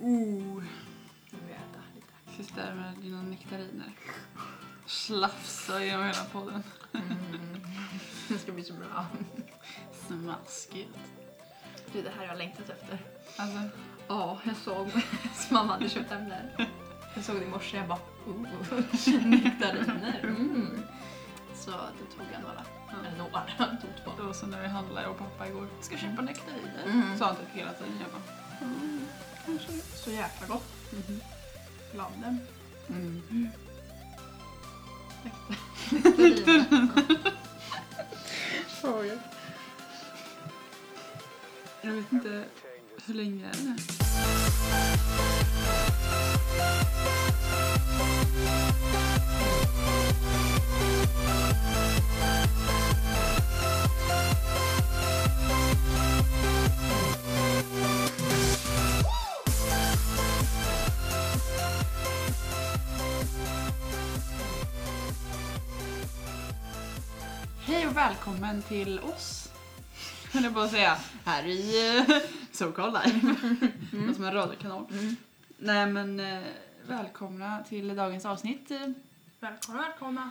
Oh, Nu vill jag äta lite. sitter med dina nektariner. Slafsa genom hela podden. Det ska bli så bra. Smaskigt. Du, det här har jag längtat efter. Alltså, Ja, jag såg så mamma hade köpt hem där. Jag såg det i morse jag bara oh, nektariner. Mm. Så då tog jag några. Eller några, jag tog två. det var så när vi handlade, jag och pappa igår. Ska köpa nektariner? Mm. Sa han typ hela tiden. Jag bara, Så jäkla gott. mhm. Bladen. Mm. Nektariner. Jag vet inte hur länge är det? Hej och välkommen till oss. Höll jag på att säga. Här i eh, SoCal Live. Mm. Som en radiokanal. Mm. Nej men eh, välkomna till dagens avsnitt. Eh, Välkomna, välkomna.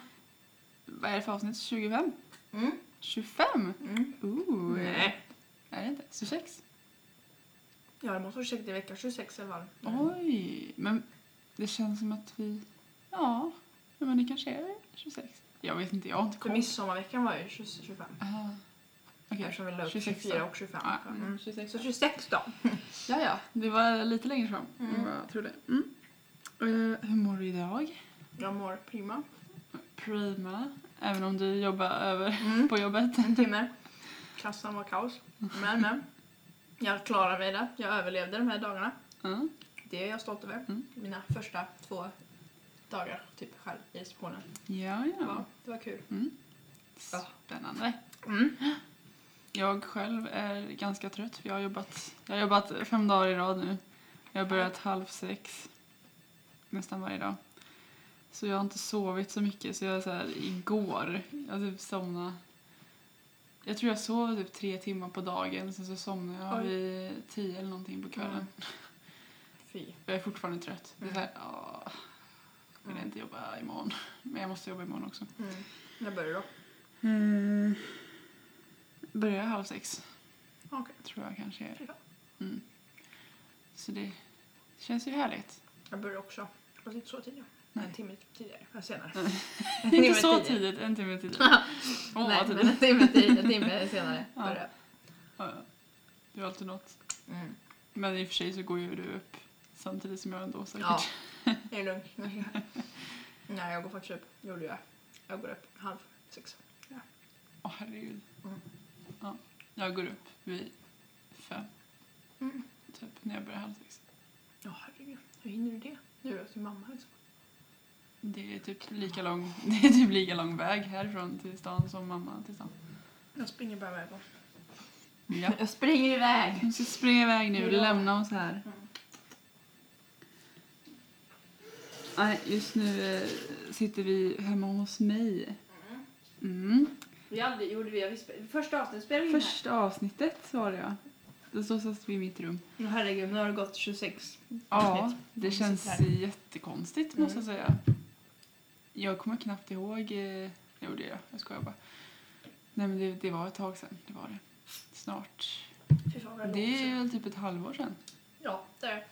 Vad är det för avsnitt? 25? Mm. 25? Mm. Ooh. Nej. Är det inte? 26? Ja, jag måste ha försökt i vecka 26 i alla fall. Oj. Men det känns som att vi... Ja. Men det kanske är 26. Jag vet inte, jag har inte För koll. midsommarveckan var ju 20, 25. Ah. Okej. Eftersom vi la upp 26 då. 24 och 25. Ja, Mm. 26. Så 26 då. Ja, ja. Det var lite längre fram. Mm. än vad Jag trodde. Mm. Eh, hur mår du idag? Jag mår prima. Prima. Även om du jobbar över Mm. på jobbet. En timme. Klassen var kaos. Men, men. Jag klarade mig det. Jag överlevde de här dagarna. Mm. Det är jag stolt över. Mm. Mina första två dagar typ själv i receptionen. Ja, Det ja. var, det var kul. Ja. Spännande. Mm. Jag själv är ganska trött för jag har jobbat, jag har jobbat fem dagar i rad nu. Jag har börjat halv sex nästan varje dag. Så jag har inte sovit så mycket så jag är så här, igår, jag typ somnade. Jag tror jag sov typ tre timmar på dagen sen så somnade jag Oj. vid tio eller någonting på kvällen. Mm. Fy. Jag är fortfarande trött. Det är Mm. såhär, åh, vill jag Mm. inte jobba imorgon. Men jag måste jobba imorgon också. Mm. När började då? Mm. Börjar halv sex. Okej. tror jag kanske är. Ja. Mm. Så det känns ju härligt. Jag började också. Fast inte så tidigt. Nej. En timme tidigare. Eller senare. Mm. En timme Inte så tidigare. tidigt, en timme tidigt. Åh, Nej, vad men en tidigt. timme, tid, en timme senare Ja. började Ja, ja. Det var alltid något. jag. Mm. Men i och för sig så går ju du upp samtidigt som jag ändå säkert. Ja, det är lugnt. Nej, jag går faktiskt upp. Jo, det gör jag. Jag går upp halv sex. Åh herregud. Mm. Ja. Jag går upp vid fem, Mm. typ, när jag börjar halv sex. Ja, herregud. Hur hinner du det? Nu är jag till mamma liksom. Det är typ lika lång, det är typ lika lång väg härifrån till stan som mamma till stan. Jag springer bara med på. Ja. Jag springer iväg! Vi ska springa iväg nu, Ja. lämna oss här. Mm. Nej, just nu eh, sitter vi hemma hos mig. Mm. Vi aldrig, gjorde vi, vi första avsnittet spelade vi in här. Första avsnittet var det ja. Det står fast vid mitt rum. Åh, herregud, nu har det gått 26 Ja, det Vi sitter känns här. Mm. jättekonstigt måste jag säga. Jag kommer knappt ihåg... eh, Jo, det gör jag. Jag skojar bara. Nej, men det, det var ett tag sedan. Det var det. Snart. Fy fan vad långt Det är sedan. väl typ ett halvår sedan. Ja, där.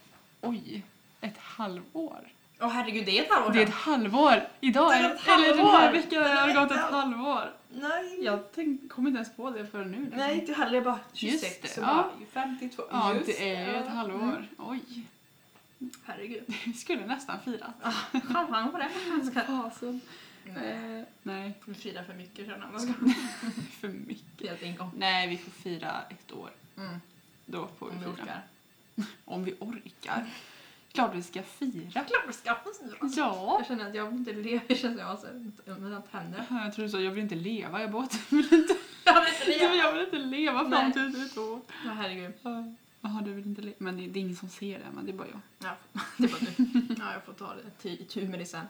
Oj, ett halvår? Åh herregud, det är ett halvår Det är ett sedan. halvår! Idag Det är är det, ett eller den här halvår! veckan Den här har det gått ett veckan. halvår. Nej! Jag tänk, kom inte ens på det förrän nu. liksom. Nej, inte heller. Jag bara 26 Just det, så ja. bara 52. Ja, Just det är ju ja. ett halvår. Mm. Oj, Herregud. vi skulle nästan fira. Champagne på det. Fasen. Nej. Eh, nej, Vi firar för mycket känner jag. Man ska för mycket. helt en gång. Nej, vi får fira ett år. Mm. Då får vi Om vi fira. orkar. Om vi orkar. Klart vi ska fira. klart vi ska fira. Ja. Jag känner att jag vill inte lever. Jag känner att jag har så- mina tänder. Jag tror du sa jag vill inte leva. Jag bara, Jag vill inte leva. jag vill inte leva fram Nej. till typ ett år. Ja, herregud. Ja. Jaha, du vill inte leva. Men det, det är ingen som ser det, men det är bara jag. Ja, det var du. Ja, jag får ta det ty- tur med det sen.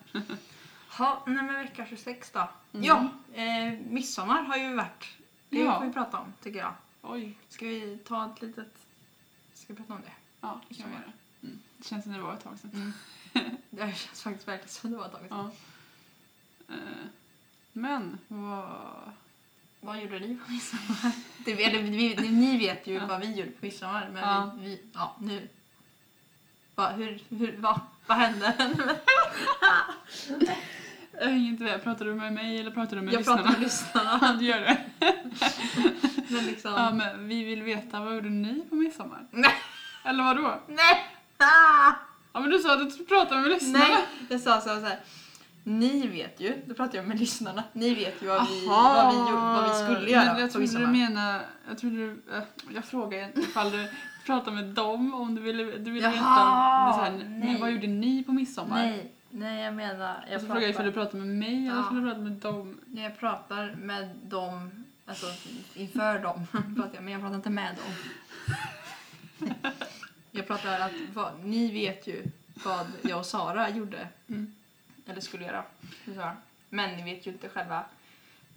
Ha, nej men vecka 26 då. Mm. Ja, eh, midsommar har ju varit. Det Ja. får vi prata om tycker jag. Oj. Ska vi ta ett litet... Ska vi prata om det? Ja, det kan vi Sommar. göra. Mm. Det Känns som det var ett tag sedan. Det känns faktiskt verkligen som det var ett tag sedan. Ja. Eh, Men vad... Vad gjorde ni på midsommar? Det, vet- eller, vi, ni- ni vet ju Ja. vad vi gjorde på midsommar, men Ja. vi, vi... Ja, nu. Va, hur, hur, va, vad hände? Jag hänger inte med. Pratar du med mig eller pratar du med Jag lyssnarna? pratar med lyssnarna. Ja, du gör det. Men liksom... Ja, men vi vill veta, vad gjorde ni på midsommar? Nej. Eller vadå? Nej! Ah! Ja, men du sa att du pratade med lyssnarna. Nej, jag sa så här, så här. Ni vet ju, då pratar jag med lyssnarna, ni vet ju vad vi, Aha. vad vi, gjorde- vad vi skulle göra Men jag på trodde du midsommar. menade... Jag trodde du... eh, Jag frågade ifall du pratade med dem om du ville, du ville Jaha, veta om- så här, nej. nej. vad gjorde ni på midsommar? Nej, nej jag menar, Jag jag frågade jag ifall pratar, du pratade med mig eller Ja. ifall du pratade med dem. när jag pratar med dem, alltså inför dem, pratar jag, men jag pratar inte med dem. jag pratar att, vad, ni vet ju vad jag och Sara gjorde, Mm. eller skulle göra, till Sara. men ni vet ju inte själva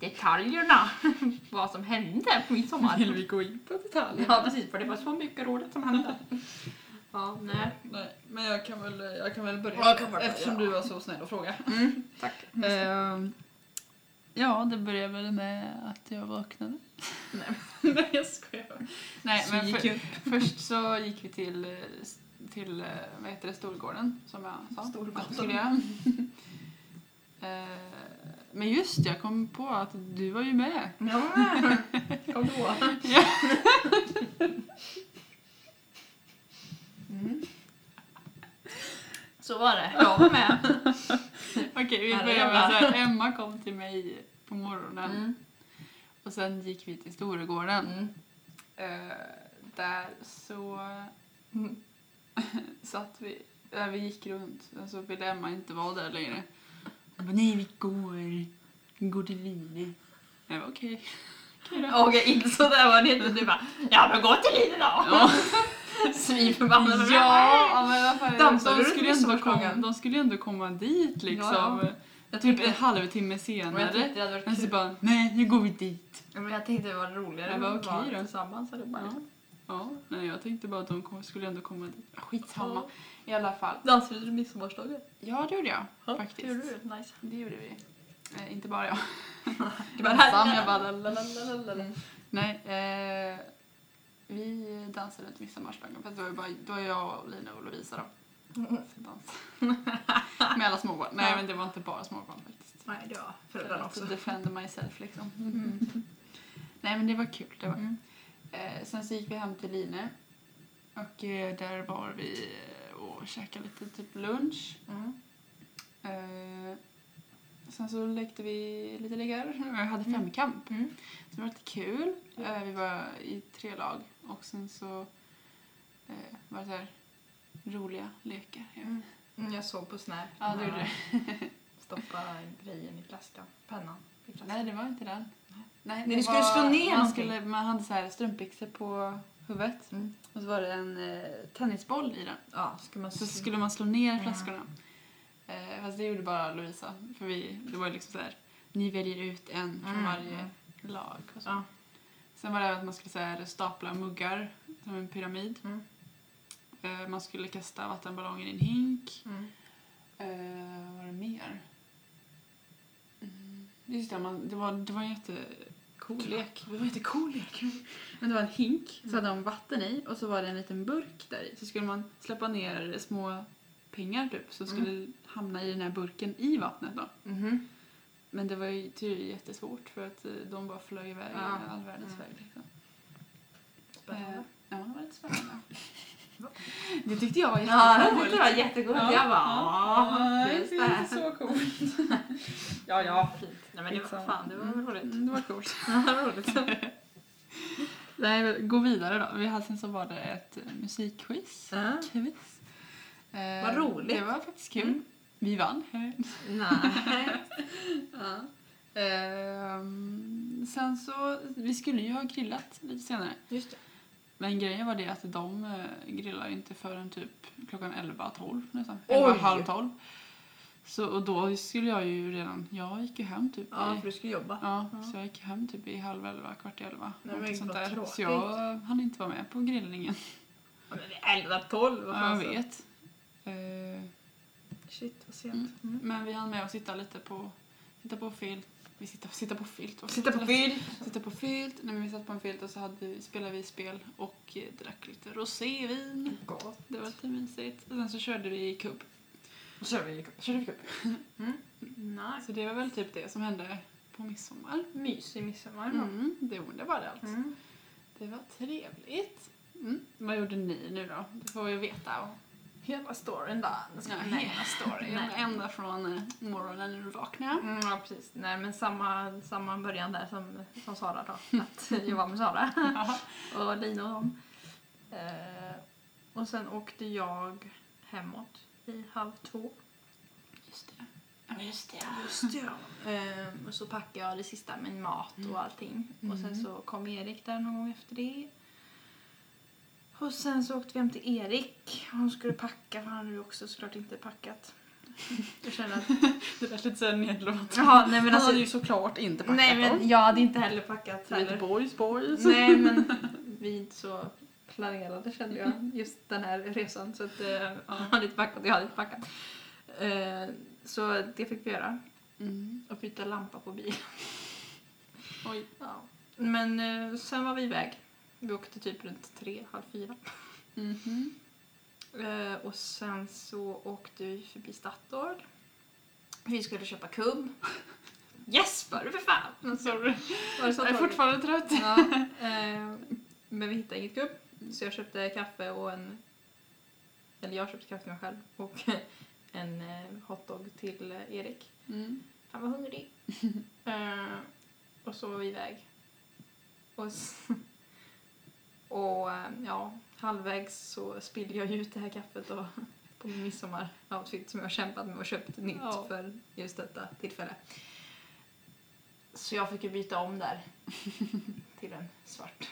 detaljerna, vad som hände på midsommar. Vill vi gå in på detaljer? Ja, precis. För det var så mycket roligt som hände. Ja, nej. Nej, men jag kan väl, eh, jag kan väl börja. Jag kan börja, eftersom ja. du var så snäll och fråga. Tack. Ehm, ja, det började väl med att jag vaknade. Nej. Nej, jag skojar. Nej, Så men gick för, ju först så gick vi till, eh, till eh, vad heter det, Storgården som jag sa. Storgatan. att vi skulle göra. Eh, men just det, jag kom på att du var ju med. Ja, kom då. Ja. Mm. Så var det. Jag var med. Okej, vi Herre börjar med jävlar. så här. Emma kom till mig på morgonen Mm. och sen gick vi till Storegården. Eh, där så Mm. satt vi, där vi gick runt. Sen så ville Emma inte vara där längre. Hon bara, nej vi går. Vi går till Line. Jag bara, okej. Okej då. Och jag insåg det här var det inte. Du bara, ja men gå till Lidl då. Ja, Svinförbannad. ja men vad fan, Dansade de, du skulle ändå till komma, midsommarklockan? de skulle ändå komma dit liksom. Ja, Jag Typ tyckte, en halvtimme men jag senare. tyckte det hade Men varit så kul. bara, nej nu går vi dit. Men jag tänkte det var roligare Jag bara, okej vara då. tillsammans allihopa. Ja. Ja, nej jag tänkte bara att de kom, skulle ändå komma dit. Skitsamma. I alla fall. Dansade du midsommardagen? Ja det gjorde jag Ja, faktiskt. gjorde du. Nice. Det gjorde vi. Eh, inte bara jag. Du Ensam, jag bara lalalalalala. Mm. Nej, eh, vi dansade runt midsommardagen. För att det var ju bara det var jag, och Lina och Lovisa då. Mm. Så dans. Med alla småbarn. Nej men det var inte bara småbarn faktiskt. Nej, det var Så föräldrarna att också. Defend myself liksom. Mm. Nej men det var kul. Det var. Mm. Eh, sen så gick vi hem till Line. Och eh, där var vi eh, och käkade lite typ lunch. Mm. Eh, sen så lekte vi lite liggar. Jag hade Mm. femkamp. Mm. Det var lite kul. Eh, Vi var i tre lag och sen så eh, var det så här roliga lekar. Mm. Mm, Jag såg på Snap. Ja, du gjorde det. Stoppa grejen i flaskan. Pennan i flaskan. Nej, det var inte den. Nej. Mm. Nej, ni skulle slå ner man, någonting. skulle, man hade så här strumpbyxor på huvudet Mm. och så var det en eh, tennisboll i den. Ja, ska man... Så skulle man slå ner Ja. flaskorna. Eh, fast det gjorde bara Lovisa. För vi, det var ju liksom så här, ni väljer ut en från Mm. varje lag. Och så. Ja. Sen var det även att man skulle så här, stapla muggar som en pyramid. Mm. Eh, man skulle kasta vattenballonger i en hink. Mm. Eh, vad var det mer? Mm. Just det, man, det var, det var en jättecool lek. Det var en jättecool lek. Men det var en hink, så hade de vatten i och så var det en liten burk där i. Så skulle man släppa ner små pengar typ som skulle Mm. hamna i den här burken i vattnet då. Mhm. Men det var ju tydligen jättesvårt för att eh, de bara flög iväg i Ja. all världens Mm. väg. Liksom. Eh, Spännande. ja, det var lite spännande. det tyckte jag var Ja, jättecoolt. jag tyckte det var jättegott. Ja. Jag bara, Ja, ja, det just är inte det. så coolt. ja, ja. Fint. Nej men det var Skitsamma. fan, det var Mm. roligt. Mm, Det var coolt. Liksom. Ja, det var roligt. Nej, men gå vidare då. Vi hade, sen så var det ett eh, musikquiz. Ja. Quiz. Eh, Vad roligt. Det var faktiskt kul. Mm. Vi vann. Nej. ja. Ehm, sen så, vi skulle ju ha grillat lite senare. Just det. Men grejen var det att de eh, grillar inte förrän typ klockan 11-12 nästan. Oj! 11, halv 12. Så, och då skulle jag ju redan, jag gick ju hem typ Ja, i för du ska jobba. Ja, Ja. så jag gick hem typ i halv elva, kvart i elva. Nej, men något sånt vad där. tråkigt. Så jag hann inte vara med på grillningen. Ja, Men det är 11, 12, vad Ja, jag fan så. vet. Shit, vad sent. Mm. Mm. Men vi hann med att sitta lite på, sitta på filt. Vi sitter, sitta på filt. Sitta på bild. Sitta på filt. Nej, men vi satt på en filt och så hade vi, spelade vi spel och eh, drack lite rosévin. Gott. Det var lite mysigt. Och sen så körde vi kubb. Och så kör vi cup. Körde vi kubb. Nice. Så det var väl typ det som hände på midsommar. Mysig midsommar. Mm. Mm, det, det var det alltså. Det var trevligt. Mm. Vad gjorde ni nu då? Det får vi veta. Hela storyn där. Ja, Nej. hela storyn. Nej. Ända från eh, morgonen när du vaknade. Mm, ja, precis. Nej, men samma, samma början där som, som Sara då. Att jag var med Sara och Lina och dem. Eh, och sen åkte jag hemåt i halv två. Just det. Ja, just det. Just eh, och så packade jag det sista, min mat Mm. och allting. Och sen Mm. så kom Erik där någon gång efter det. Och sen så åkte vi hem till Erik. Hon skulle packa, för han hade ju också såklart inte packat. Jag känner att... Det lät lite såhär nedlåtande. Ja, nej men Han alltså... hade ju såklart inte packat Nej dem. men jag hade inte heller packat Det är Lite heller. boys boys. Nej, men vi är inte så planerade kände jag just den här resan. Så att, eh, jag hade inte packat, jag hade inte packat. Eh, så det fick vi göra. Mm. Och byta lampa på bilen. Oj. Ja. Men eh, sen var vi iväg. Vi åkte typ runt tre, halv fyra. Mhm. Eh, och sen så åkte vi förbi Statoil. Vi skulle köpa kubb. Jesper, för fan! Men så Sorry. var det Jag är Statoil. fortfarande trött. Ja, eh, men vi hittade inget kubb. Så jag köpte kaffe och en... Eller jag köpte kaffe till mig själv och en eh, hotdog till eh, Erik. Mm. Han var hungrig. eh, och så var vi iväg. Och, s- och eh, ja, halvvägs så spillde jag ut det här kaffet och, på min midsommaroutfit som jag har kämpat med och köpt nytt Ja. för just detta tillfälle. Så jag fick ju byta om där till en svart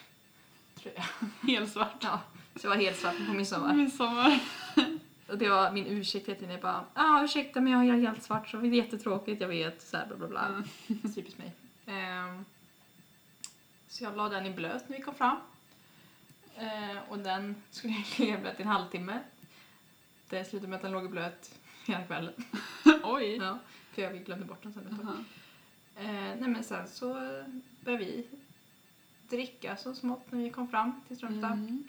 tröja. Helt svart. Ja, så jag var helt svart på midsommar. Midsommar. Och det var min ursäkt hela tiden. Jag bara, ah, ursäkta men jag är helt svart så det är jättetråkigt, jag vet. Så här, bla bla bla. Mm. Typiskt mig. Ehm, så jag la den i blöt när vi kom fram. Ehm, och den skulle jag ligga i blöt i en halvtimme. Det slutade med att den låg i blöt hela kvällen. Oj. Mm-hmm. Ja, för jag glömde bort den sen ett tag. Jaha. Ehm, nej men sen så började vi dricka så smått när vi kom fram till Strömstad.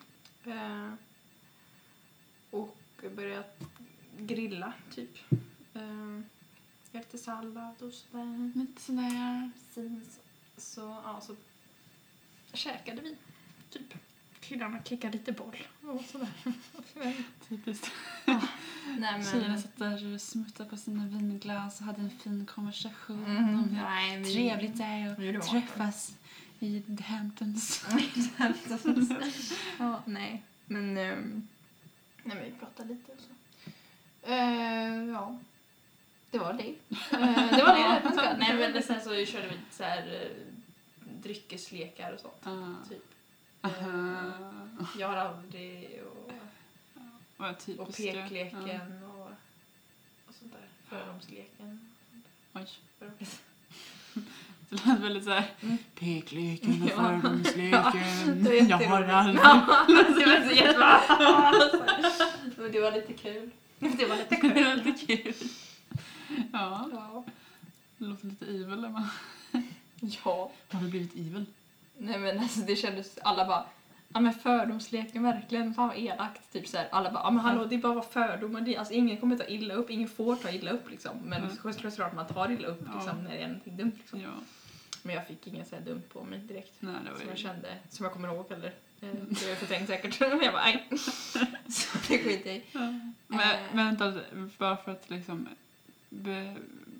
Mm. Eh, och börjat grilla, typ. Eh, gör lite sallad och sådär. Lite sådär. Precis. Så, ja, så käkade vi, typ. Killarna kickade lite boll och sådär. Typiskt. Nej, Tjejerna satt där och smuttade på sina vinglas och hade en fin konversation om Mm, hur nej, vi- trevligt Mm-hmm. det är att Vi gjorde vart. träffas i The Hamptons. ja, nej. Men, ehm, nej, men vi pratade lite och så. Eh, ja. Det var det. Eh, det var det. Ja. nej, men det- sen så körde vi lite så här eh, dryckeslekar och sånt. Ah. Typ. Aha. Jag har aldrig och, Vad och typiskt du. Ja. pekleken och, och sånt där. Fördomsleken. Oj. Fördoms- Det lät väldigt såhär... Mm. Pekleken och Ja. fördomsleken. Det var jag har jätteroligt. aldrig... Ja, det var så jättebra. Men det var lite kul. Det var lite Det kul. var lite kul. Ja, Ja. det låter lite evil. Men... ja. Har du blivit evil? Nej men alltså det kändes, alla bara Ja men fördomsleken verkligen, fan vad elakt. Typ så här, alla bara, ja men hallå det är bara fördomar, det, är- alltså ingen kommer ta illa upp, ingen får ta illa upp liksom. Men Mm. mm. självklart man tar illa upp Ja. liksom när det är någonting dumt liksom. Ja. Men jag fick inget så här dumt på mig direkt. Nej, det var Som ju... jag kände, som jag kommer ihåg eller eh, det har jag förträngt säkert. Men jag bara, nej. Så det skiter jag i. Ja. Men, Eh. men vänta, lite, bara för att liksom... Be...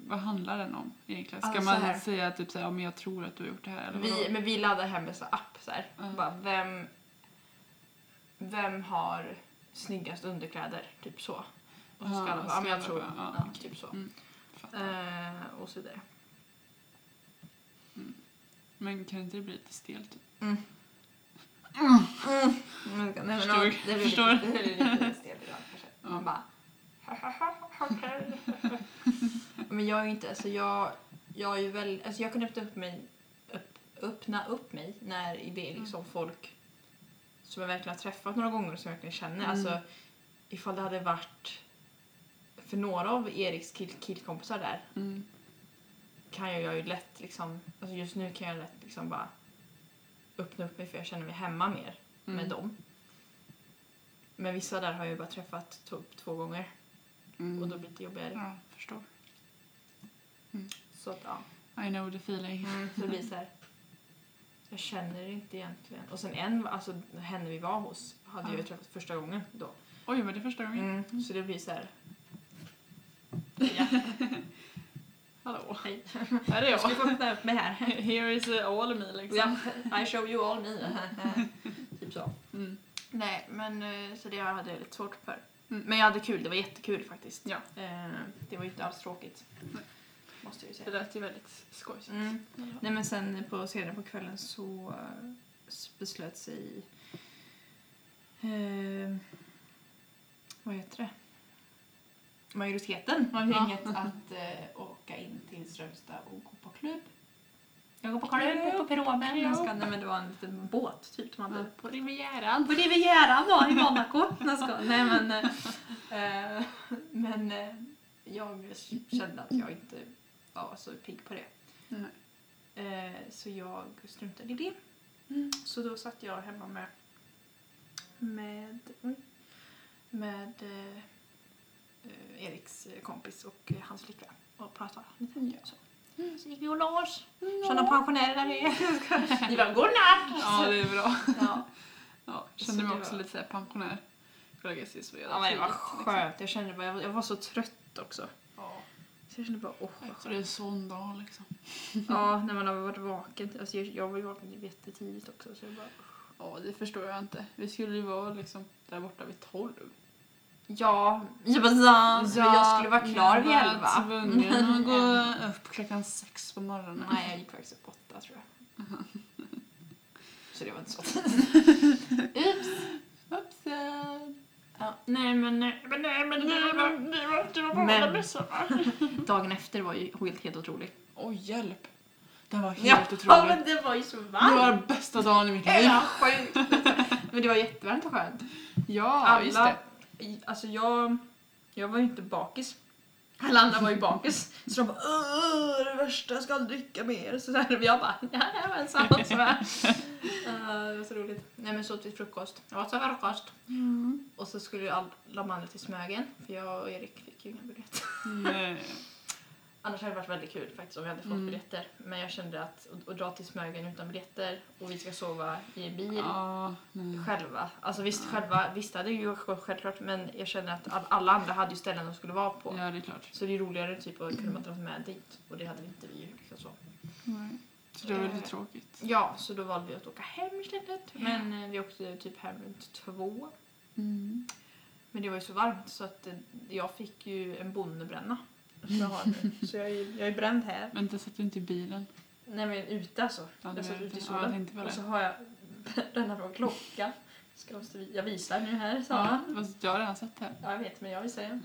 Vad handlar den om egentligen? Ska Alltså man här. säga typ såhär, ja men jag tror att du har gjort det här eller vadå? Vi, men vi laddade hem en sån här app så här. Mm. Bara, vem, vem har snyggast underkläder? Typ så. Och så ska Ja, alla bara, ja men jag ska alla tror, bara, ja, ja, okej. typ så. Mm, fattar. Eh, och så vidare. Men kan inte det bli lite stelt? Nej, men, Förstår. ja, Det blir Förstår. lite, det blir lite stelt ibland kanske. Ja. Man bara, okej. men jag är ju inte, alltså jag, jag är ju väl, alltså jag kunde öppna upp mig, upp, öppna upp mig när det är Mm. liksom folk Alltså, som jag verkligen har träffat några gånger och som jag verkligen känner. Mm. Alltså ifall det hade varit För några av Eriks kill- killkompisar där Mm. kan jag ju lätt liksom, alltså just nu kan jag lätt liksom bara öppna upp mig för jag känner mig hemma mer Mm. med dem. Men vissa där har jag ju bara träffat typ två gånger Mm. och då blir det jobbigare. Ja, förstår. Så att ja, I know the feeling. så det blir så här. Jag känner det inte egentligen. Och sen en, alltså henne vi var hos hade jag ju Ja. träffat första gången då. Oj, men det förstår Mm. jag. Så det blir så här. Ja, Hallå. hej. Här är Jag jag. skulle få öppna upp mig här. Here is uh, all me liksom. Ja, I show you all me. typ så. Mm. Nej, men eh, så det hade jag lite svårt för. Mm. Men jag hade kul, det var jättekul faktiskt. Ja. Eh, det var ju inte alls tråkigt. Måste jag ju Det säga. lät ju väldigt skojsigt. Mm. Ja. Nej men sen på, senare på kvällen så eh, s- beslöt sig eh, vad heter det? Majoriteten av Ja. gänget att eh, åka in till Strömstad och gå på klubb. Jag går på klubb, Klubb, går på piromen. Jag ska, klubb. nej men det var en liten båt typ som hade På Rivieran. på Rivieran då, i Monaco. Nej, jag skojar. Nej men... eh, men eh, jag kände att jag inte var så pigg på det. Nej. Eh, så jag struntade i det. Så då satt jag hemma med... Med... oj, Med eh, eh, Eriks kompis och eh, hans flickvän och pratade lite. Ja. Så. så gick vi och la oss. Mm. Sådana pensionärer där vi är. Vi bara godnatt! Ja, det är bra. Ja. Ja, Så kände mig det också var- lite såhär pensionär. Gå och lägga sig Typ, så jävla Ja, men det var tidigt, skönt. Jag kände bara, jag var, jag var så trött liksom. också. Ja. liksom. Så jag kände bara, åh vad Efter skönt. en sån dag liksom. Ja, när man har varit vaken. Alltså jag, jag var ju vaken jättetidigt också. Så jag bara, Ja, det förstår jag inte. Vi skulle ju vara liksom där borta vid tolv. ja, jag bara, ja, jag skulle vara klar vid elva. Jag var tvungen att gå upp klockan sex på morgonen. Nej, jag gick faktiskt upp åtta tror jag. Så det var inte så. Ups. Hoppsan! Ja. Nej men, nej men, nej men, nej men. det var på alla midsommar. Dagen efter var ju helt, helt otrolig. Oj, hjälp. Det var helt Ja, otroligt. Ja, men det var ju så Det var varmt. den bästa dagen i mitt liv. Ja, sjukt. Men det var jättevarmt och skönt. Ja, just alla, det. i- alltså jag, jag var ju inte bakis. Alla andra var ju bakis. Så de bara "Åh, det värsta, jag ska aldrig dricka mer. Så där, och jag bara ja, jag var ensam så här. Eh, Det var så roligt. Nej men så åt vi frukost. Jag åt så frukost. Mm. Och så skulle ju alla man till Smögen för jag och Erik fick ju inga biljetter. Nej. Annars hade det varit väldigt kul faktiskt om vi hade fått Mm. biljetter. Men jag kände att att- att dra till Smögen utan biljetter och vi ska sova i en bil Ja, nej. själva. Alltså visst, själva, visst hade ju gått självklart men jag känner att all, alla andra hade ju ställen de skulle vara på. Ja, det är klart. Så det är roligare typ att kunna man dra med dit och det hade inte vi ju. Liksom så. Nej. Så det var Eh. lite tråkigt. Ja, så då valde vi att åka hem istället. Men eh, vi åkte typ hem runt två. Mm. Men det var ju så varmt så att eh, jag fick ju en bonnebränna. Så jag, har nu. så jag, är, jag är bränd här. Vänta, satt du inte i bilen? Nej men ute alltså. Ja, jag det satt var- ute i Ja, jag solen. tänkte väl och så det. har jag bränna från klockan. Ska jag, stå- jag visar nu här Sara. Ja, fast jag har redan sett det här. Ja, jag vet men jag vill säga.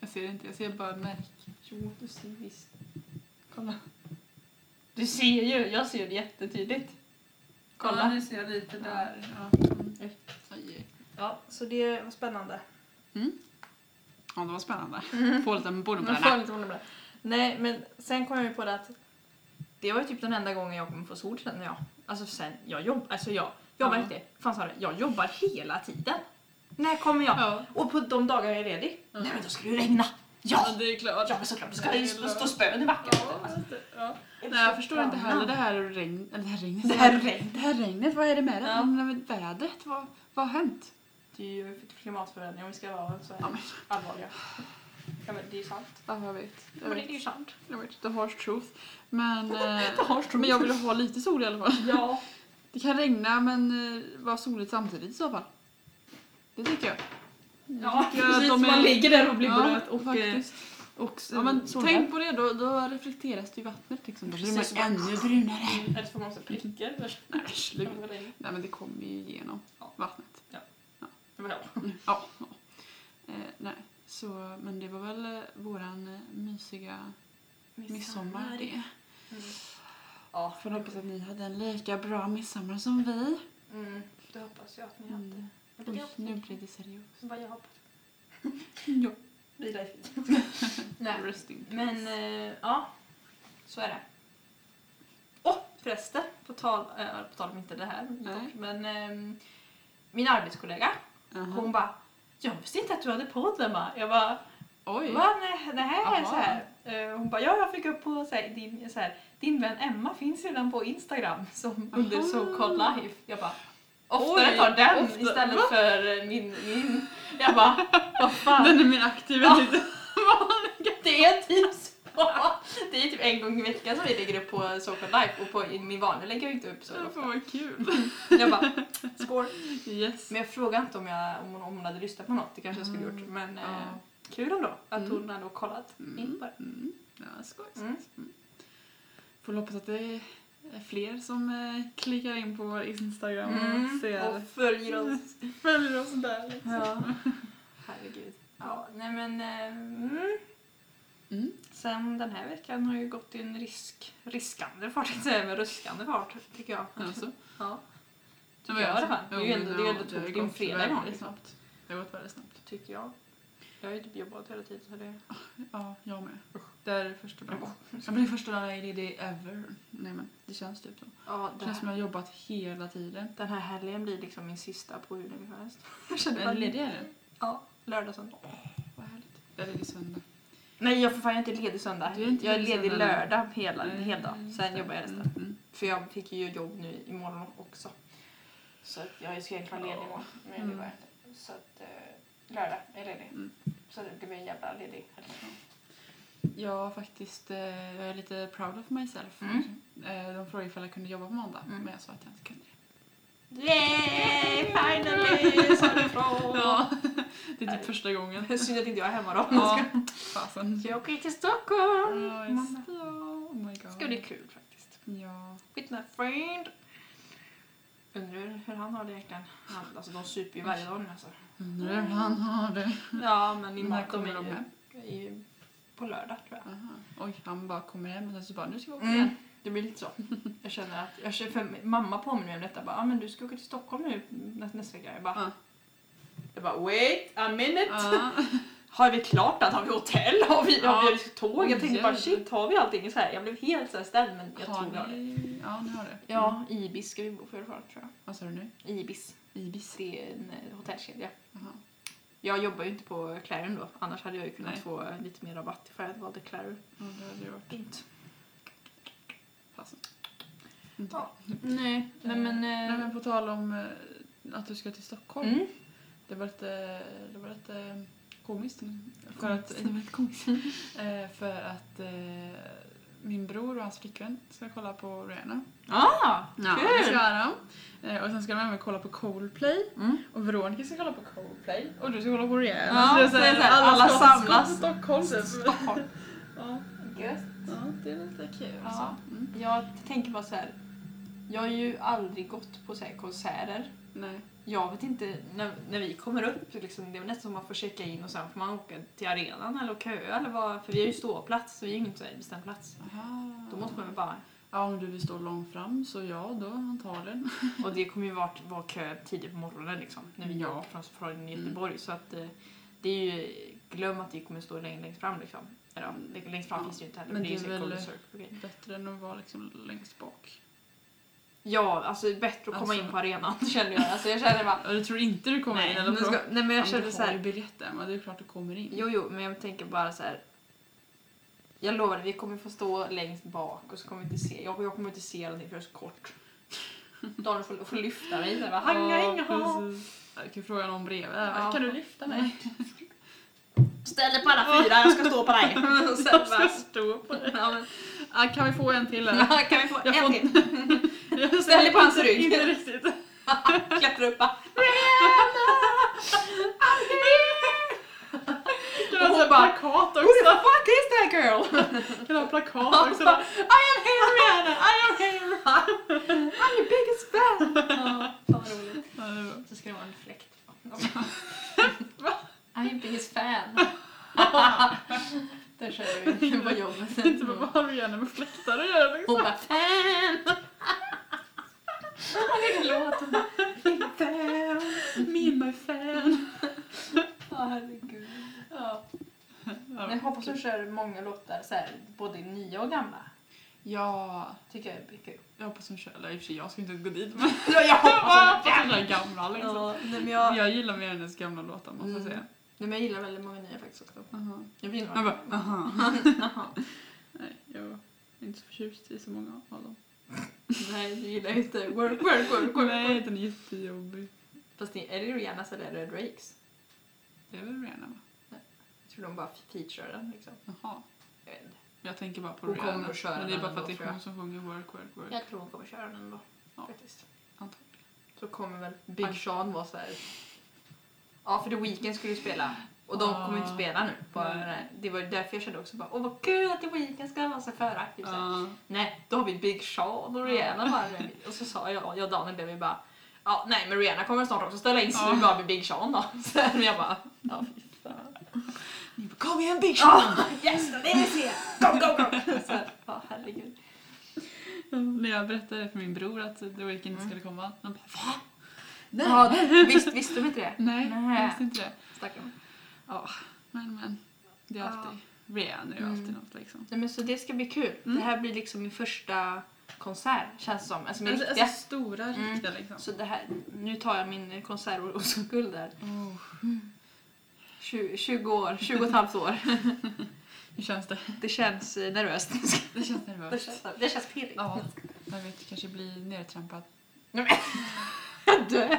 Jag ser inte, jag ser bara märk. Jo, du ser visst. Kolla. Du ser ju, jag ser det jättetydligt. Kolla. nu ser jag lite där. Ja, mm. Oj. Aj. Ja, så det var spännande. ja det var spännande. Mm. Få lite Man får bonnebränna. lite bonnebränna. Nej, men sen kom jag ju på det att det var ju typ den enda gången jag kommer få sol känner jag. Alltså sen, jag jobbar, alltså jag, jag Ja. märkte det. Fan sa det, jag jobbar hela tiden. När kommer jag? Ja. Och på de dagar jag är ledig, Ja. nej men då ska det ju regna. Ja! det är klart. Ja men såklart, då ska det ju stå spön i backen. Alltså, Ja. är det Nej, jag så förstår inte bra? heller det här, regn, eller det här regnet. Det här regnet. Det här regnet, vad är det med det? Ja. Men med Vädret, vad, vad har hänt? Det är ju klimatförändring om vi ska vara så här Ja, men- allvarliga. Ja, men det är ju sant. Ja, jag vet. Ja, Jag men vet. det är ju sant. Jag vet, the harsh truth. Men, eh, The harsh truth. men jag vill ha lite sol i alla fall. Ja. Det kan regna men eh, vara soligt samtidigt i så fall. Det tycker jag. ja tycker att de är- där och Ja, eh, faktiskt. och s- eh, Ja, men solbränd. tänk på det, då, då reflekteras det i vattnet liksom. Då blir man Precis. ännu brunare. Eller så får man också prickar. eller- Nej, slut. Ja, men det är- Nej men det kommer ju igenom Ja. vattnet. men ja. Ja. ja. Eh, nej. Så, men det var väl eh, våran eh, mysiga midsommar det. Mm. Ja, Får hoppas att ni hade en lika bra midsommar som vi. mm, det hoppas jag att ni hade. Mm. Eller det Oj, hoppas nu jag. blir det seriöst. Vad jag hoppas. Ja. blir life. Nej. Resting. Men eh, ja, så är det. Och förresten, på tal, eh, på tal om inte det här, Nej. dock, men eh, min arbetskollega, Aha. hon bara jag visste inte att du hade podd Emma. Jag bara, Oj. va? Nej, nej Jaha. så här. Eh, Hon bara, ja jag fick upp på så här, din, så här, din vän Emma finns redan på Instagram som under Aha. so called life. Jag bara, oftare Oj, tar den ofta- istället va? för eh, min, min. Jag bara, vad fan. Den är min aktiva Ja. titel. Det är typ så. Det är typ en gång i veckan som vi lägger upp på Sofa Life och på i min vanliga lägger jag inte upp så Det får ofta. vara kul. Jag bara, skål. Yes. Men jag frågade inte om, jag, om, hon, om hon hade lyssnat på något, det kanske jag skulle gjort. Men eh, Ja. kul ändå att Mm. hon hade kollat in på det. Mm. Ja, skoj. skoj, Mm. skoj. Får hoppas att det är fler som eh, klickar in på vår Instagram och Mm. ser. Och följer oss. följer oss där. Liksom. Ja. Herregud. Ja, nej men. eh, Mm. Mm. Sen den här veckan har ju gått i en risk, riskande fart, tänkte jag säga, men ruskande fart tycker jag. Alltså. Ja. Det Tycker jag i alla fall. Det är ju ändå- det är ju ändå tog- det är ju en fredag imorgon, Det liksom. snabbt. Det har gått väldigt snabbt. Tycker jag. Jag har ju typ jobbat hela tiden så det... Ja, jag med. Det här är första dagen. Ja, men det är första dagen jag är ledig ever. Nej men det känns typ så. Ja, Det känns som jag har jobbat hela tiden. Den här helgen blir liksom min sista på hur länge som helst. Jag känner Är bara du ledig eller? Ja, lördag söndag. Vad härligt. Jag är ledig söndag. Nej jag för fan jag är inte ledig söndag. Du är inte jag är ledig ledig söndag, nej. lördag hela, Nej, hela dagen. just Sen det. jobbar jag resten. Mm, mm. För jag fick ju jobb nu imorgon också. Så att jag ska egentligen vara ledig imorgon. Men jag Mm. jobbar inte. Så att eh, lördag är jag ledig. Mm. Så det blir en jävla ledig helg. Jag har faktiskt, eh, jag är lite proud of myself. Mm. Eh, De frågade ifall jag kunde jobba på måndag, Mm. men jag sa att jag inte kunde. Yay! Finally! Sa du ifrån! Ja, det är Härligt. typ första gången. Synd att inte jag är hemma då. Ja, fasen. Jag åker till Stockholm! Ja, just det. Oh my god. Det ska bli kul faktiskt. Ja. With my friend. Undrar hur han har det egentligen. Han, alltså de super ju varje dag nu alltså. Undrar hur han har det. Ja men När kommer de hem? i, på lördag tror jag. Aha. Oj, han bara kommer hem och sen så bara, nu ska vi åka Mm, igen. det blir lite så. Jag känner att, jag känner, för mamma påminner mig om detta. Bara, ah, men du ska åka till Stockholm nu nästa, nästa vecka. Jag bara, Ja. jag bara wait a minute. Ja. Har vi klart allt? Har vi hotell? Har vi, har vi tåg? Jag tänkte bara Oj, shit, har vi allting? Så här, jag blev helt så här ställd men jag tror vi har det. ni- Ja, ni har det. Ja, Ibis ska vi bo på i alla fall tror Vad sa du nu? jag. Ibis, Ibis? det är en eh, hotellkedja. Aha. Jag jobbar ju inte på Clarion då, annars hade jag ju kunnat Nej. få eh, lite mer rabatt ifall jag hade valt Clarion. Ja, det hade ju varit Inte. fasen. Ja. Nej, nej men... Nej Mm. eh, men på tal om eh, att du ska till Stockholm. Mm. Det var lite, det var lite eh, komiskt. För att, det var lite komiskt. Eh, för att eh, min bror och hans flickvän ska kolla på Rihanna. Ah, Kul! Det kul! ska de. Eh, och sen ska de även kolla på Coldplay. Mm. Och Veronica ska kolla på Coldplay. Och du ska kolla på Rihanna. Ja, så det är såhär, alla, alla ska- ska samlas. till Stockholm. typ. Stockholm. ja, ja, det är lite kul. Ja. Så. Mm. Jag tänker bara så här. Jag har ju aldrig gått på så här konserter. Nej. Jag vet inte, när, när vi kommer upp, liksom, det är nästan som man får checka in och sen får man åka till arenan eller köa eller vad. För vi har ju ståplats, så vi har ju ingen så här bestämd plats. Då måste man ju bara... Ja, om du vill stå långt fram så ja, då antagligen. Och det kommer ju vara, vara kö tidigt på morgonen liksom, när vi Ja. Mm. åker från, från Göteborg. Så att eh, det är ju... Glöm att det kommer stå längst, längst fram liksom. Eller, ja, längst fram Mm. Ja. finns det ju inte heller. Men för det är det är ju så väl- här Golden Circle och grejer. Bättre än att vara liksom längst bak. Ja, alltså det är bättre att komma Alltså- in på arenan känner jag. Alltså jag känner bara... Ja, du tror inte du kommer in? Nej, Eller nu ska, nej men jag känner du så har ju här. biljett Emma, det är klart du kommer in. Jo, jo, men jag tänker bara så här. Jag lovar dig, vi kommer få stå längst bak och så kommer vi inte se. Jag, jag kommer inte se någonting för jag är så kort. Daniel får, får lyfta mig. Så här, bara, hanga, hanga, ha. precis. Ja, Du kan fråga någon bredvid. Ja. Kan du lyfta mig? Ställ dig på alla fyra, jag ska stå på dig. Och sen Jag bara, ska stå på det. ja, men, Ja, kan vi få en till eller? ja, kan vi få Jag en får- till? Ställ dig på hans rygg. Inte riktigt. Klättra upp bara. Kan du ha sån Och här bara, plakat Who the också? fuck is that girl? Kan du ha plakat Han också? bara, I am here Rihanna, I am here I'm your biggest fan! Ja, fan vad roligt. Ja, det är bra. Så ska det vara en fläkt. I'm your biggest fan. Där kör vi på jobbet. Det är Inte bara, vad har Rihanna med fläktar att göra Hon liksom? bara fan! Han är låten. Min fan. Me and my fan. Ja, herregud. Ja. Men hoppåsurs är många låtar, så här, både nya och gamla. Ja, Tycker jag är mycket. jag hoppas hon kör. Eller i och för sig, jag ska inte gå dit men Ja, Alltså, jag jag hoppas hon kör gamla liksom. Ja, nej, men jag, Jag gillar mer hennes gamla låtar måste jag Mm. säga. nej, men jag gillar väldigt många nya faktiskt också. Aha. Jag gillar Jag bara, aha. Jaha. Nej, jag är inte så förtjust i så många av dem. Nej, du gillar inte work, work, work, work. Nej, den är jättejobbig. Fast det- är det Rihannas eller är det Drakes? Det är väl Rihanna va? Jag tror de bara featurear den liksom. Jaha. Jag vet inte. Jag tänker bara på Hon Rihanna. kommer att köra men det är bara den för att det ändå, tror är hon som sjunger work, work, work. Jag tror hon kommer köra den ändå. Ja. Faktiskt. Antagligen. Så kommer väl Big Tack. Sean vara så här. Ja, för The Weeknd skulle ju spela. Och de Ah. kommer inte spela nu. Bara, Nej. nej. Det var ju därför jag kände också bara, åh vad kul att The Weeknd ska vara så föraktiv. typ så här. Ja. Nej, då har vi Big Sean och Ah. Rihanna bara. Och så sa jag, jag och Daniel blev ju bara, ja nej men Rihanna kommer snart också ställa in så Ja. nu bara blir Big Sean då. Så här, men jag bara, ja fy fan. Ni bara, Kom igen Big Sean! Ja, "Ah, yes, det vill vi se! Go, go, go! Så här, ja herregud. När jag berättade för min bror att The Weeknd Mm. skulle komma, han bara VA? Nej. Ja, visst, visste de inte det? Nej, Nej. jag visste inte det. Stackarn. Ja, men men. Det är Ja. alltid, Rihanna är ju alltid Mm. något liksom. Nej men så det ska bli kul. Mm. Det här blir liksom min första konsert känns det som. Alltså min Alltså, riktiga. alltså stora Mm. riktiga liksom. Så det här, nu tar jag min konsert och så guld där. Oh, 20, 20 år, 20 och ett halvt år. hur känns det? Det känns eh, nervöst. Det känns Det nervöst. känns, det känns pirrigt. Ja, jag vet, kanske blir nertrampad. Jag dör.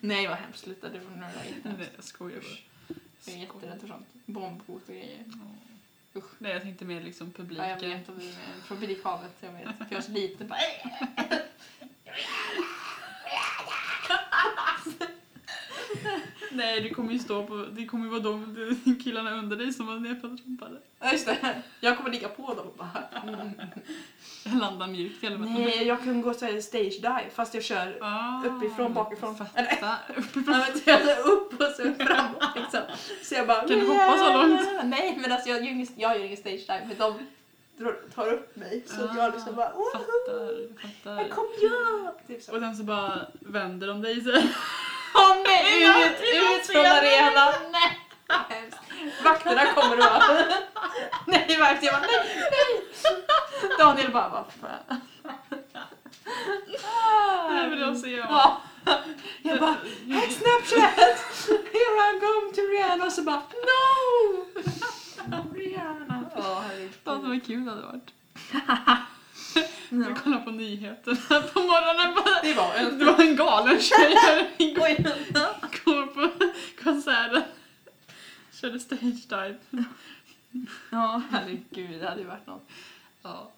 Nej vad hemskt, sluta. Det var några Nej, jättehemskt. jag skojar bara. Jag är jätterädd för Skojar. sånt. Bombhot och grejer. Ja. Usch. Nej, jag tänkte mer liksom Ja, jag publiken. vet, och vi är från publikhavet. Jag vet. För jag är så liten. Bara, "Äh!" Nej, det kommer ju stå på, det kommer ju vara de de killarna under dig som var nertrampade. Ja, just det. Jag kommer ligga på dem och bara. Jag landar mjukt i alla fall. Mm. Nej, jag kunde gå så här stage dive fast jag kör Ah, Uppifrån, bakifrån. Fattar. Uppifrån. Nej, men jag kör upp och så framåt liksom. Så jag bara... Kan du hoppa så långt? Nej, men alltså jag gör ingen, jag gör ingen stage dive men de drar- tar upp mig så att jag liksom bara... Woho! Fattar, Här Ah, fattar. kom jag! Typ så. Och sen så bara vänder de dig så här. Kom mig Innan- ut, innan ut från scenen. arenan! Nej! hemskt. Vakterna kommer och bara... Nej, varför? Jag bara nej, nej! Daniel bara vad fan. Nej men då ser jag. Ja. Jag bara, hey Snapchat! Here I come to Rihanna och så bara, no! Rihanna. Ja, Fan herregud. vad kul det hade varit. Jag kollar på nyheterna på morgonen bara. Det var en... Det var en galen tjej här igår. Oj. Går på konserten. Körde stage dive. Ja, herregud, det hade ju varit något. Ja.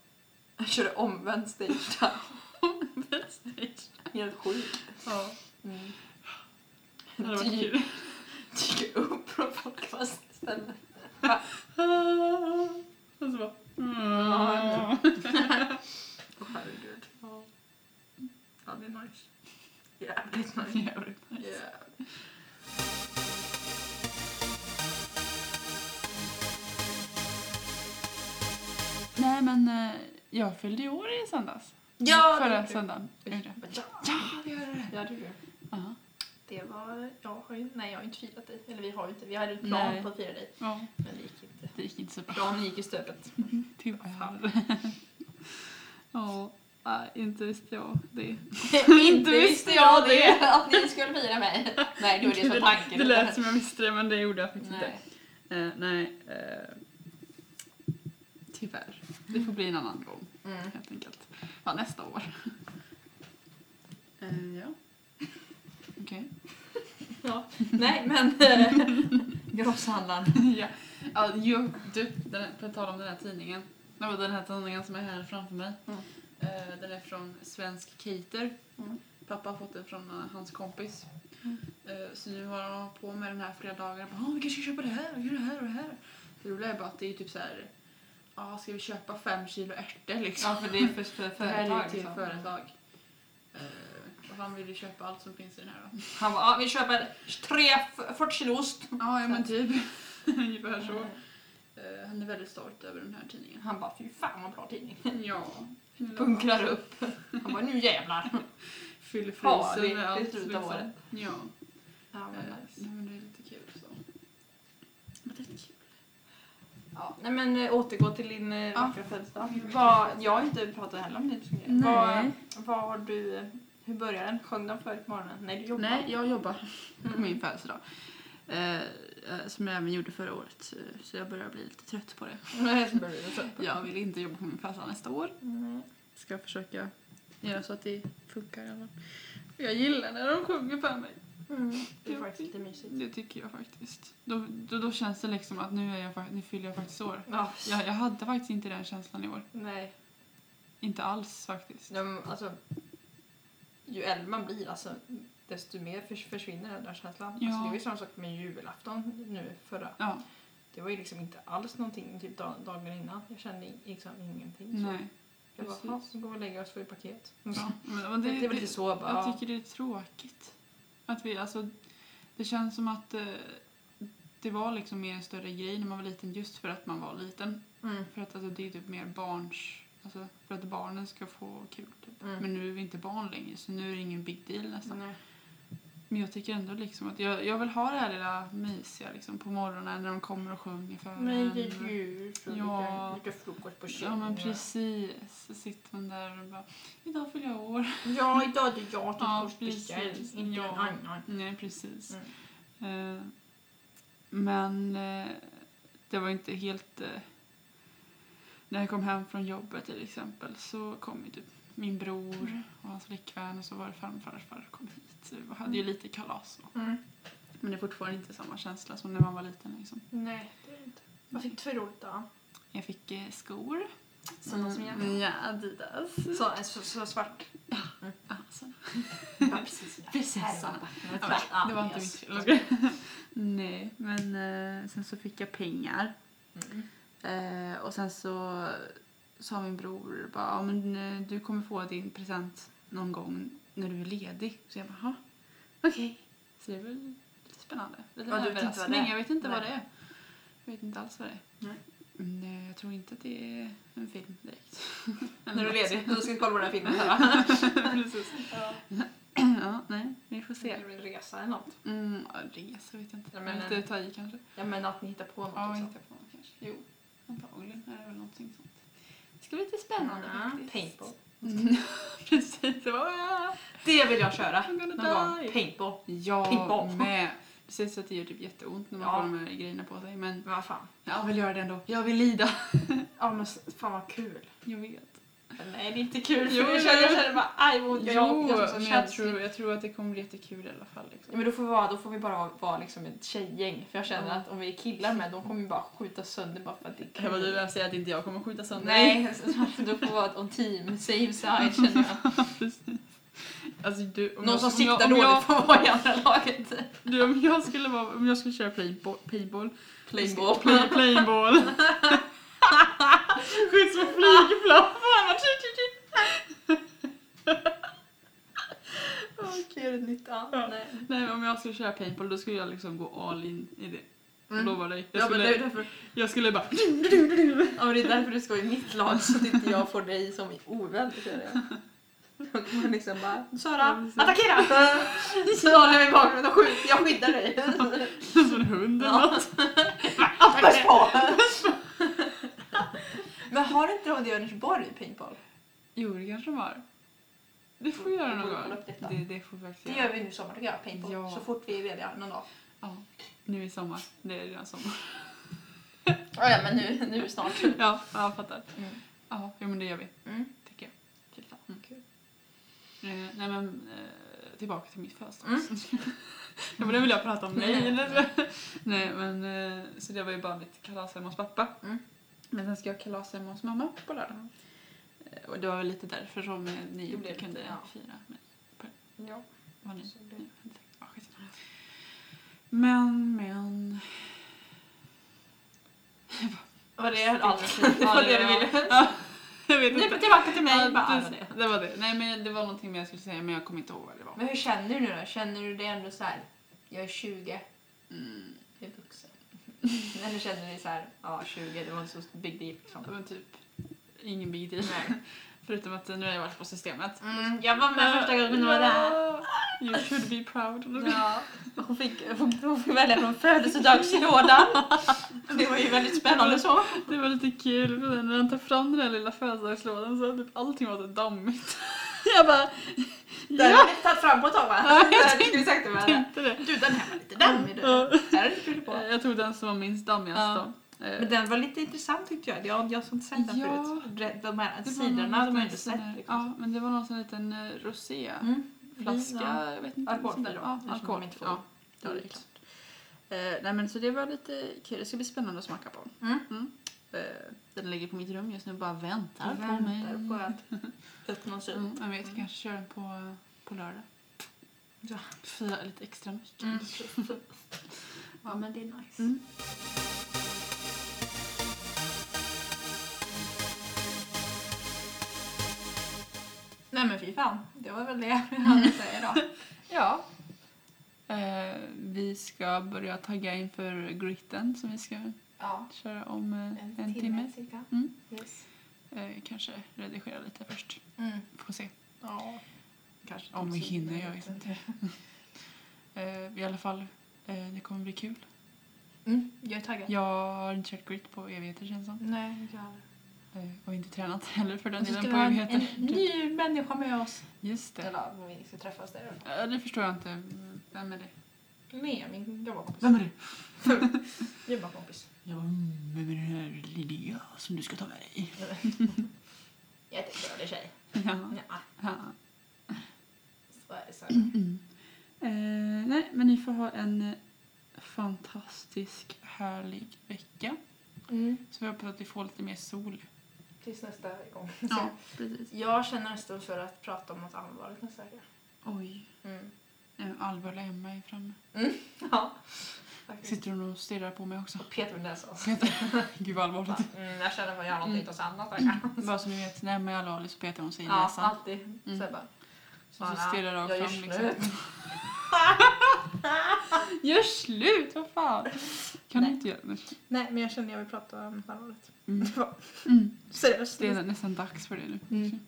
Jag körde omvänd stage dive. Stage dive. Helt sjukt. Ja, Mm. det hade varit kul. Dyker upp från podcastställen. Och så bara. Mm. Ja, Åh herregud. Ja. Ja, det är nice. Jävligt Jävligt nice. Nej men eh, jag fyllde ju år i söndags. Ja, det Förra gjorde du. söndagen. Gjorde jag det? Ja, det gör det. Ja, det gör det. Ja. Det var... Jag har ju, nej, jag har inte firat dig. Eller vi har ju inte... Vi hade en plan Nej. på att fira dig. ja. Men det gick inte. Det gick inte så bra. Planen gick i stöpet. Typ. Tyvärr. Ja, nej, inte visste jag det. inte visste jag det! Att ni skulle fira mig. Nej, det var det som tanken. Det lät som jag visste det men det gjorde jag faktiskt Nej. inte. Eh, nej. eh, tyvärr. Det får bli en annan gång Mm. helt enkelt. Ja, nästa år. Eh, ja. Okej. Ja. Nej, men... eh, Grosshandlaren. ja. ja, jo, du, den här, på tal om den här tidningen. Det var den här tidningen som är här framför mig. Mm. Eh, den är från Svensk Cater. Mm. Pappa har fått den från eh, hans kompis. Mm. Eh, så nu har han hållit på med den här flera dagar. Bara, "Ah, vi kanske ska köpa det här och det här och det här. Det roliga är bara att det är typ så här. Ja, ska vi köpa fem kilo ärtor liksom? Ja, för det är för, för det här är företag. ju till liksom. företag. Eh, och han vill ju köpa allt som finns i den här då. Han bara, ja, vi köper tre, f- 40 kilo ost. Ja, ja men typ. Ungefär så. Eh, han är väldigt stolt över den här tidningen. Han bara, fy fan vad bra tidning. Ja. Bunkrar upp. Han bara, nu jävlar. Fyller Ja, det- frysen det med allt. liksom. är slutet av året. Ja. Ja, eh, men nice. nej, men det är lite kul så. Men det är kul. Ja, nej men eh, återgå till din eh, Ja. vackra födelsedag. Vad- Jag har inte pratat heller om din sminkering. Vad, Nej. vad har du... eh, Hur började den? Sjöng den förut på morgonen? Nej, du jobbade. Nej, jag jobbar på Mm. min födelsedag. Eh, eh, som jag även gjorde förra året, eh, så jag börjar bli lite trött på det. Nej, så började du så. Jag vill inte jobba på min födelsedag nästa år. Nej. Ska försöka göra så att det funkar. i alla fall. Jag gillar när de sjunger för mig. Mm. Det är faktiskt lite mysigt. Det tycker jag faktiskt. Då, då, då känns det liksom att nu, är jag, fa- nu fyller jag faktiskt år. Ja, Jag, jag hade faktiskt inte den känslan i år. Nej. Inte alls faktiskt. De, alltså, ju äldre man blir, alltså, desto mer förs- försvinner den där känslan. Ja. Alltså, det var ju samma sak med julafton nu förra. Ja, Det var ju liksom inte alls någonting typ dag- dagen innan. Jag kände in- liksom ingenting. Så nej. jag bara, precis. "Ja, så går vi och lägger oss för ett paket. Ja, men, och Det, det, det var lite det, så bara. jag tycker det är tråkigt. Att vi, alltså, det känns som att eh, det var liksom mer en större grej när man var liten just för att man var liten. Mm. För att alltså, det är typ mer barns... Alltså, för att barnen ska få kul. Typ. Mm. Men nu är vi inte barn längre så nu är det ingen big deal nästan. Nej. Men jag tycker ändå liksom att jag, jag vill ha det här lilla mysiga liksom på morgonen när de kommer och sjunger för Men det en. är ljus och Ja. lite, lite frukost på Ja men kylningen. precis. Så sitter man där och bara idag fyller jag år. Ja, idag är det jag som Ja, får speciellt, precis. inte Ja. någon annan. Nej precis. Mm. Eh, men eh, det var inte helt... Eh, när jag kom hem från jobbet till exempel så kom ju typ min Mm. bror och hans flickvän och så var det farmor och farfar kom hit. Så vi hade ju lite kalas. Och, Mm. men det är fortfarande inte samma känsla som när man var liten liksom. Nej, det är det inte. Vad fick du för roligt då? Jag fick eh, skor. Sådana som jag. Mm, Ja, Adidas. Så, så, så svart. Ah, så. Ja, precis. Precis Här, såna. ja. Ja, Svart, ja, det var inte jag mitt ska- fel. Nej, men eh, sen så fick jag pengar. Mm. Eh, och sen så sa min bror bara, ja, men eh, du kommer få din present någon gång när du är ledig. Så jag bara, "Jaha, okej. Så det är väl lite spännande. Lite Ja, du vet inte vad överraskning. det är. Jag vet inte vad Nej. det är. Jag vet inte alls vad det är. Nej. Nej, jag tror inte att det är en film direkt. När du är ledig, då ska vi kolla på den här filmen. Här, Precis. ja. ja, nej, vi får Det se. är väl en resa eller något. Mm, ja, resa vet jag inte. Ja, Jag men men, lite en- ta i kanske. Ja, men att ni hittar på något. Ja, vi liksom. hittar på något kanske. Jo, antagligen är det väl någonting sånt. Det ska bli lite spännande Ja, faktiskt. Paintball. Mm, Precis, det var jag. Det vill jag köra. I'm gonna Någon gång. die. Paintball. Jag Paintball. med. Det sägs att det gör typ jätteont när man får Ja. de här grejerna på sig men Men vad fan. jag vill göra det ändå. Jag vill lida. Ja, men s- fan vad kul. Jag vet. Men Nej, det är inte kul. Jo, jag, känner, jo. jag känner bara, aj, vad ont. Jo, jag, jag, jag, men jag tror, jag tror att det kommer bli jättekul i alla fall. Ja, Liksom. men då får, vi vara, då får vi bara vara, vara liksom ett tjejgäng. För jag känner Ja. att om vi är killar med, de kommer ju bara skjuta sönder bara för att det är kul. säger att inte jag kommer skjuta Nej, då får vi vara ett on team, same side känner jag. Alltså, du, om Någon jag- som om jag- siktar om jag- dåligt får vara i andra laget. Du, om jag skulle, vara, om jag skulle köra paintball, paintball Plainball. Play, plainball. Skjuts med flygplan. Fan vad Okej, är det nytt? Ja, Ja. nej. Nej men om jag skulle köra paintball då skulle jag liksom gå all in i det. Jag lovar dig. Jag Mm. Ja, men skulle, det är därför, jag skulle bara... ja, men det är därför du ska i mitt lag så att inte jag får dig som ovän. känner jag. Då kan man liksom bara, Sara, attackera! Så håller jag i bakgrunden och skjuter, jag skyddar dig. Som en hund eller Ja. något. Pass på! Men har inte de det i Örnsköldsborg, paintball? Jo det kanske de har. Det får vi göra någon Vi borde kolla gång. upp detta. Det, det får vi faktiskt Det gör vi nu i sommar tycker jag, paintball. Ja. Så fort vi är lediga någon dag. Ja. Nu i sommar. Det är redan sommar. Ja, ja, men nu, nu snart. Ja, jag fattar. Mm. Ja, jo, men det gör vi. Mm. Tycker jag. Fy fan, Mm. kul. Eh, nej men eh, tillbaka till mitt födelsedag. Mm. Ja, men det vill jag prata om. Nej, Nej. eller? Nej men eh, så det var ju bara mitt kalas hemma hos pappa. Mm. Men sen ska jag kalasa hemma hos mamma på lördag. Mm. Eh, Och det var väl lite därför som eh, ni Det inte blev- kunde ja. fira. Men, Ja, vad ni, så det. ni hade sagt. Ja, skitsamma. men, men. Var det allt? Ja, Var det du var- ville? Ja, jag vet Nu inte. tillbaka till Ja, mig. Bara, det, det. det var det. Nej men det var någonting mer jag skulle säga men jag kommer inte ihåg vad det var. Men hur känner du nu då? Känner du det ändå så här, jag är 20, Mm. jag är vuxen? Eller känner du dig så här, ja 20, det var inte så big deal liksom? Ja, men typ ingen big deal. Förutom att eh, nu har jag varit på systemet. Mm, jag var med första gången hon var där. Ja, You should be proud. Ja. Hon, fick, hon, hon fick välja från födelsedagslådan. Det var ju väldigt spännande så. Det var lite kul för den, när han tar fram den där lilla födelsedagslådan så typ allting var så dammigt. Jag bara... Den Ja! har vi tagit fram på ett tag va? Ja, jag Där tyckte vi sagt det Jag var. tänkte det. Du den här var lite dammig du. Ja. Där är det kul på. Eh, Jag tog den som var minst dammigast Ja. då. Eh, Men den var lite intressant tyckte jag. Jag, jag har inte sett den Ja. förut. De- De här det var någon sidorna, de har jag liten inte sån sett. här- Liksom. Ja, men det var någon sån liten eh, rosé. Mm. Flaska, Vin, jag vet inte. Alkoholfri sån där. då, Ja, eftersom de alkohol. inte får- Ja, det var det Mm. klart. Eh, nej men så det var lite kul. Det ska bli spännande att smaka på. Mm. Eh, den ligger på mitt rum just nu och bara väntar, Jag på mig. väntar på att öppna sig. Mm, men jag Mm. kanske kör den på, på lördag. Ja. Fira lite extra mycket. Mm. Ja men det är nice. Mm. Nej men fy fan, det var väl det jag hade att säga idag. Ja. Eh, vi ska börja tagga inför gritten som vi ska Ja, köra om eh, en, timme. cirka. Mm. Yes. Eh, kanske redigera lite först. Mm. Får se. Ja. Kanske Om vi inte så- hinner, jag vet inte. Eh, I alla fall, eh, det kommer bli kul. Mm, jag är taggad. Jag har inte kört grit på evigheter känns som. Nej, inte jag heller. Eh, och inte tränat heller för den Och så delen ska vi på ha en, evigheter. en ny människa med oss. Just det. Eller om vi ska träffas där. Eh, det förstår jag inte. Vem är det? Nej, min gamla kompis. Vem är det? Gömma kompis. Jag bara, mm, vem är den här Linnea som du ska ta med dig? Jättetrevlig tjej. Ja. Ja, ja. så är det så. Eh, nej, men ni får ha en eh, fantastisk, härlig vecka. Mm. Så vi hoppas att vi får lite mer sol. Tills nästa gång. precis. Jag känner nästan för att prata om något allvarligt nästa vecka. Oj, Mm. eh, Alba eller Emma är framme. Ja, faktiskt. Sitter hon och stirrar på mig också? Och Peter med näsan. Peter. Gud vad allvarligt. Mm, jag känner för att göra Mm. någonting åt oss annat. verkar. Bara så ni vet, när med alla Ali så petar hon sig i Ja, näsan. alltid. Mm. Så jag bara, Och så Anna, stirrar rakt jag gör fram slut. liksom. Gör slut, vad fan! Kan Nej. du inte göra det? Nej, men jag känner jag vill prata om något allvarligt. Mm. Det var- Mm. Seriöst. Det är nästan dags för det nu. Mm.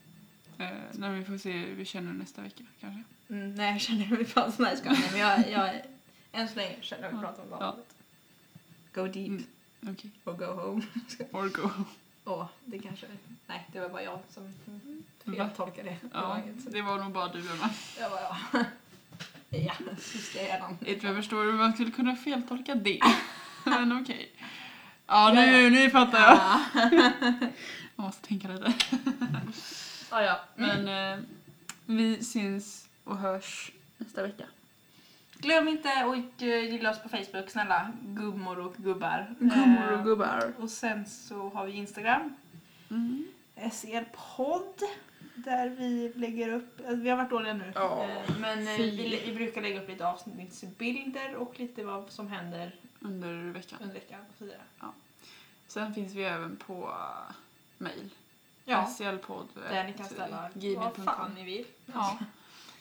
Eh, när vi får se hur vi känner nästa vecka kanske. Mm, nej, jag känner jag vill prata om såna här saker. Men jag, jag, än så länge känner jag vill prata om något Ja. allvarligt. Go deep Mm. Okej. och go home. Or go home. Åh, det kanske... Nej, det var bara jag som Mm. Va? feltolkade det. Det var Ja, inget. det var nog bara du Emma. Det var jag. Ja, så ska jag redan. Inte jag förstår hur man skulle kunna feltolka det. Men okej. Ja, Ja, nu, ja. nu fattar jag. Ja. Jag måste tänka lite. Ja, ja. Men eh, vi syns och hörs nästa vecka. Glöm inte att eh, gilla oss på Facebook, snälla. Gummor och gubbar. Gummor Eh, och gubbar. Och sen så har vi Instagram, Mm. SL-podd. Där vi lägger upp, alltså, vi har varit dåliga nu. Ja, Eh, Men eh, fy. vi, vi brukar lägga upp lite avsnittsbilder och lite vad som händer Under veckan. under veckan och så vidare. Sen finns vi även på eh, mail. eh, typ, Ja, SCLpodd. där ni kan ställa vad fan ni vill. Ja.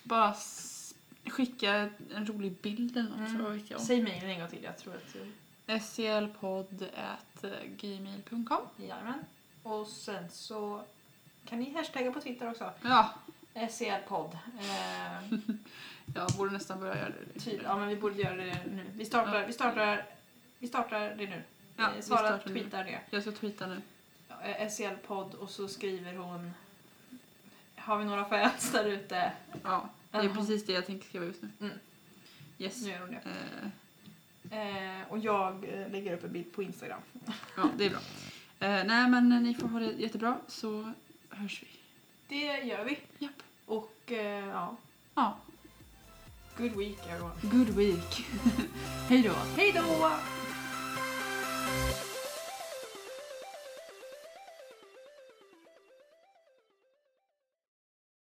Bara s- skicka en rolig bild eller något. Mm. så vet jag. Säg mejlen en gång till, jag tror att... sclpodd.gmail.com Jajamän. Och sen så kan ni hashtagga på Twitter också. Ja, SCL-podd. Eh, jag borde nästan börja göra det. tyd- Typ, ja, men vi borde göra det nu. Vi startar, Ja. vi startar, vi startar det nu. Ja, Eh, vi Sara startar nu. tweetar det. Eh, Jag ska tweeta nu. Ja, SCL-podd och så skriver hon Har vi några fans där ute? Ja, det är Jaha. precis det jag tänker skriva just nu. Mm. Yes. Nu gör hon det. Eh, Eh, och jag eh, lägger upp en bild på Instagram. ja, det är bra. Eh, nej, men eh, ni får ha det jättebra så hörs vi. Det gör vi. Japp. Och eh, ja, Ja, good week everyone. good week. Hej då. Hej då!